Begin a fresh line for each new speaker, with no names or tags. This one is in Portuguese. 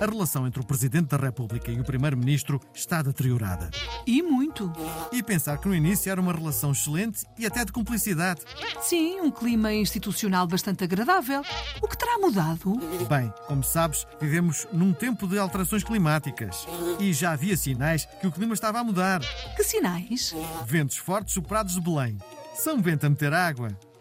A relação entre o Presidente da República e o Primeiro-Ministro está deteriorada.
E muito.
E pensar que no início era uma relação excelente e até de cumplicidade.
Sim, um clima institucional bastante agradável. O que terá mudado?
Bem, como sabes, vivemos num tempo de alterações climáticas. E já havia sinais que o clima estava a mudar.
Que sinais?
Ventos fortes soprados de Belém. São vento a meter água.